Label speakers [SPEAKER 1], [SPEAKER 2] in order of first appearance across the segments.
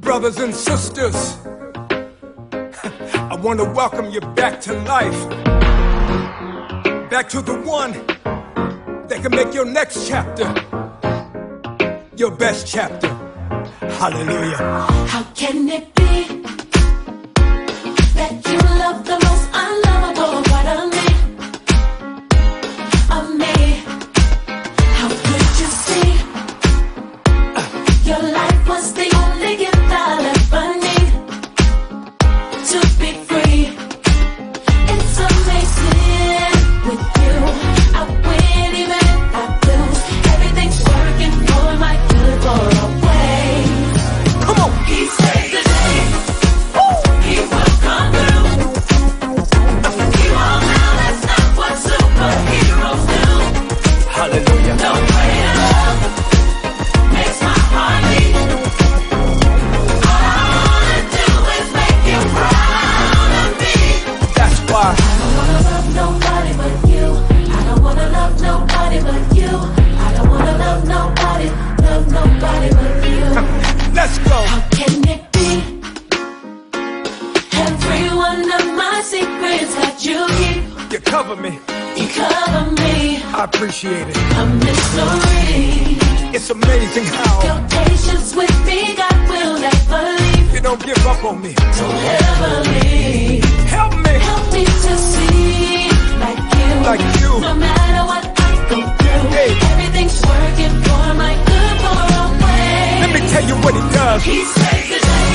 [SPEAKER 1] brothers and sisters. I want to welcome you back to life, back to the one that can make your next chapter your best chapter. Hallelujah.
[SPEAKER 2] How can it be that you love the most unlovable part of me? Of me. How could you see your life was the only gift I'll ever need to be free? It's amazing with you. I win even if I lose. Everything's working for my good for a way.
[SPEAKER 1] Come on.
[SPEAKER 2] He saved the day. He will come through. He won't now. That's not what superheroes do.
[SPEAKER 1] Hallelujah.
[SPEAKER 2] No greater love makes my heart beat. All I wanna do is make you proud of me.
[SPEAKER 1] That's why.
[SPEAKER 2] I don't wanna love nobody but you. I don't wanna love nobody but you. I don't wanna love nobody, love nobody but you.
[SPEAKER 1] Let's go.
[SPEAKER 2] How can it be? Every one of my secrets that you keep,
[SPEAKER 1] You cover me.
[SPEAKER 2] you cover me.
[SPEAKER 1] I appreciate it.
[SPEAKER 2] A mystery.
[SPEAKER 1] It's amazing how
[SPEAKER 2] Your patience with me, God will never leave.
[SPEAKER 1] you don't give up on me.
[SPEAKER 2] Don't ever leave.
[SPEAKER 1] Help me.
[SPEAKER 2] Help me to see like you.
[SPEAKER 1] Like you.
[SPEAKER 2] No matter what I go through,
[SPEAKER 1] Hey.
[SPEAKER 2] everything's working for my good for a way.
[SPEAKER 1] Let me tell you what he does.
[SPEAKER 2] He saves the day.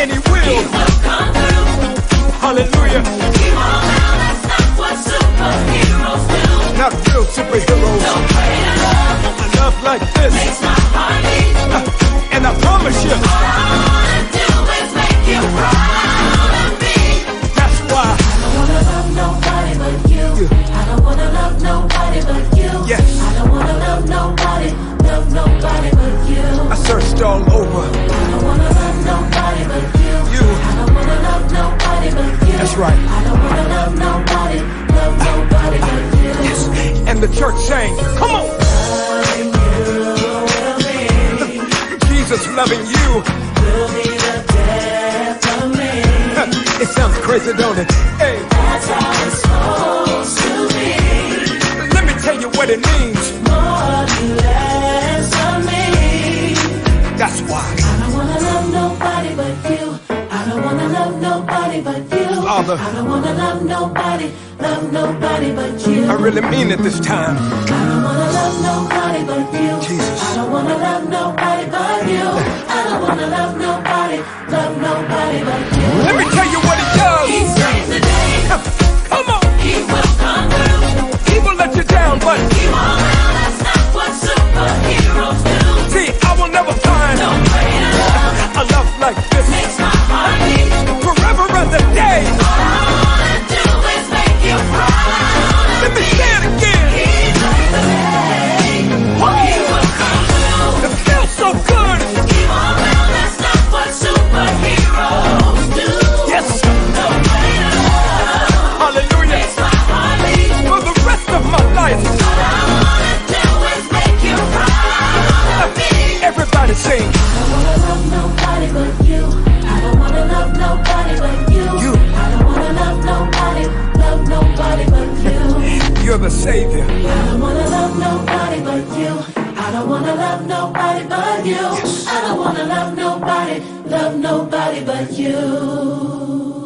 [SPEAKER 1] And he
[SPEAKER 2] He
[SPEAKER 1] will.
[SPEAKER 2] will come through.
[SPEAKER 1] Hallelujah.
[SPEAKER 2] He won't now. That's not what superheroes do.
[SPEAKER 1] Not real superheroes.
[SPEAKER 2] No greater love
[SPEAKER 1] A love like this.
[SPEAKER 2] makes my heart beat.
[SPEAKER 1] And I promise you,
[SPEAKER 2] All I wanna do is make you proud of me.
[SPEAKER 1] that's why.
[SPEAKER 2] I don't wanna love nobody but you. I don't wanna love nobody but you.
[SPEAKER 1] Yes.
[SPEAKER 2] I don't wanna love nobody, love nobody but you.
[SPEAKER 1] I searched all over.
[SPEAKER 2] I don't wanna love nobody but you.
[SPEAKER 1] You.
[SPEAKER 2] I don't wanna love nobody but you.
[SPEAKER 1] That's right.
[SPEAKER 2] I don't wanna love nobody, love nobody but you.
[SPEAKER 1] And the church sang, Come on! Jesus loving you. It sounds crazy, don't it? Hey,
[SPEAKER 2] That's how it's supposed to be.
[SPEAKER 1] let me tell you what it means.
[SPEAKER 2] More than less of me.
[SPEAKER 1] That's why.
[SPEAKER 2] I don't wanna love nobody but you. I don't wanna love nobody but you.
[SPEAKER 1] Father.
[SPEAKER 2] I don't wanna love nobody, love nobody but you.
[SPEAKER 1] I really mean it this time.
[SPEAKER 2] I don't wanna love nobody but you.
[SPEAKER 1] Jesus.
[SPEAKER 2] I don't wanna love nobody but you. I don't wanna love nobody, love nobody but you.
[SPEAKER 1] Let me tell you what it
[SPEAKER 2] He
[SPEAKER 1] does.
[SPEAKER 2] saves the day.
[SPEAKER 1] Come on,
[SPEAKER 2] He will come through.
[SPEAKER 1] he will let you down, but
[SPEAKER 2] He won't allow. That's not what superheroes do.
[SPEAKER 1] see, I will never
[SPEAKER 2] No
[SPEAKER 1] find
[SPEAKER 2] greater love
[SPEAKER 1] a love like this
[SPEAKER 2] makes my heart beat.
[SPEAKER 1] forever and a day.
[SPEAKER 2] All I wanna do is make you proud.
[SPEAKER 1] Let me say it
[SPEAKER 2] He
[SPEAKER 1] again.
[SPEAKER 2] saves the day. He will come through.
[SPEAKER 1] It feels so good.
[SPEAKER 2] He won't allow. That's not what superheroes do.
[SPEAKER 1] Yes,
[SPEAKER 2] No greater love.
[SPEAKER 1] hallelujah.
[SPEAKER 2] It's my heartbeat.
[SPEAKER 1] for the rest of my life.
[SPEAKER 2] All I wanna do is make you proud of me.
[SPEAKER 1] Everybody sing.
[SPEAKER 2] I don't wanna love nobody but you. I don't wanna love nobody but you.
[SPEAKER 1] You.
[SPEAKER 2] I don't wanna love nobody, love nobody but you.
[SPEAKER 1] You're the savior.
[SPEAKER 2] I don't wanna love nobody but you. I don't wanna love nobody but you. I don't wanna love nobody, love nobody but you.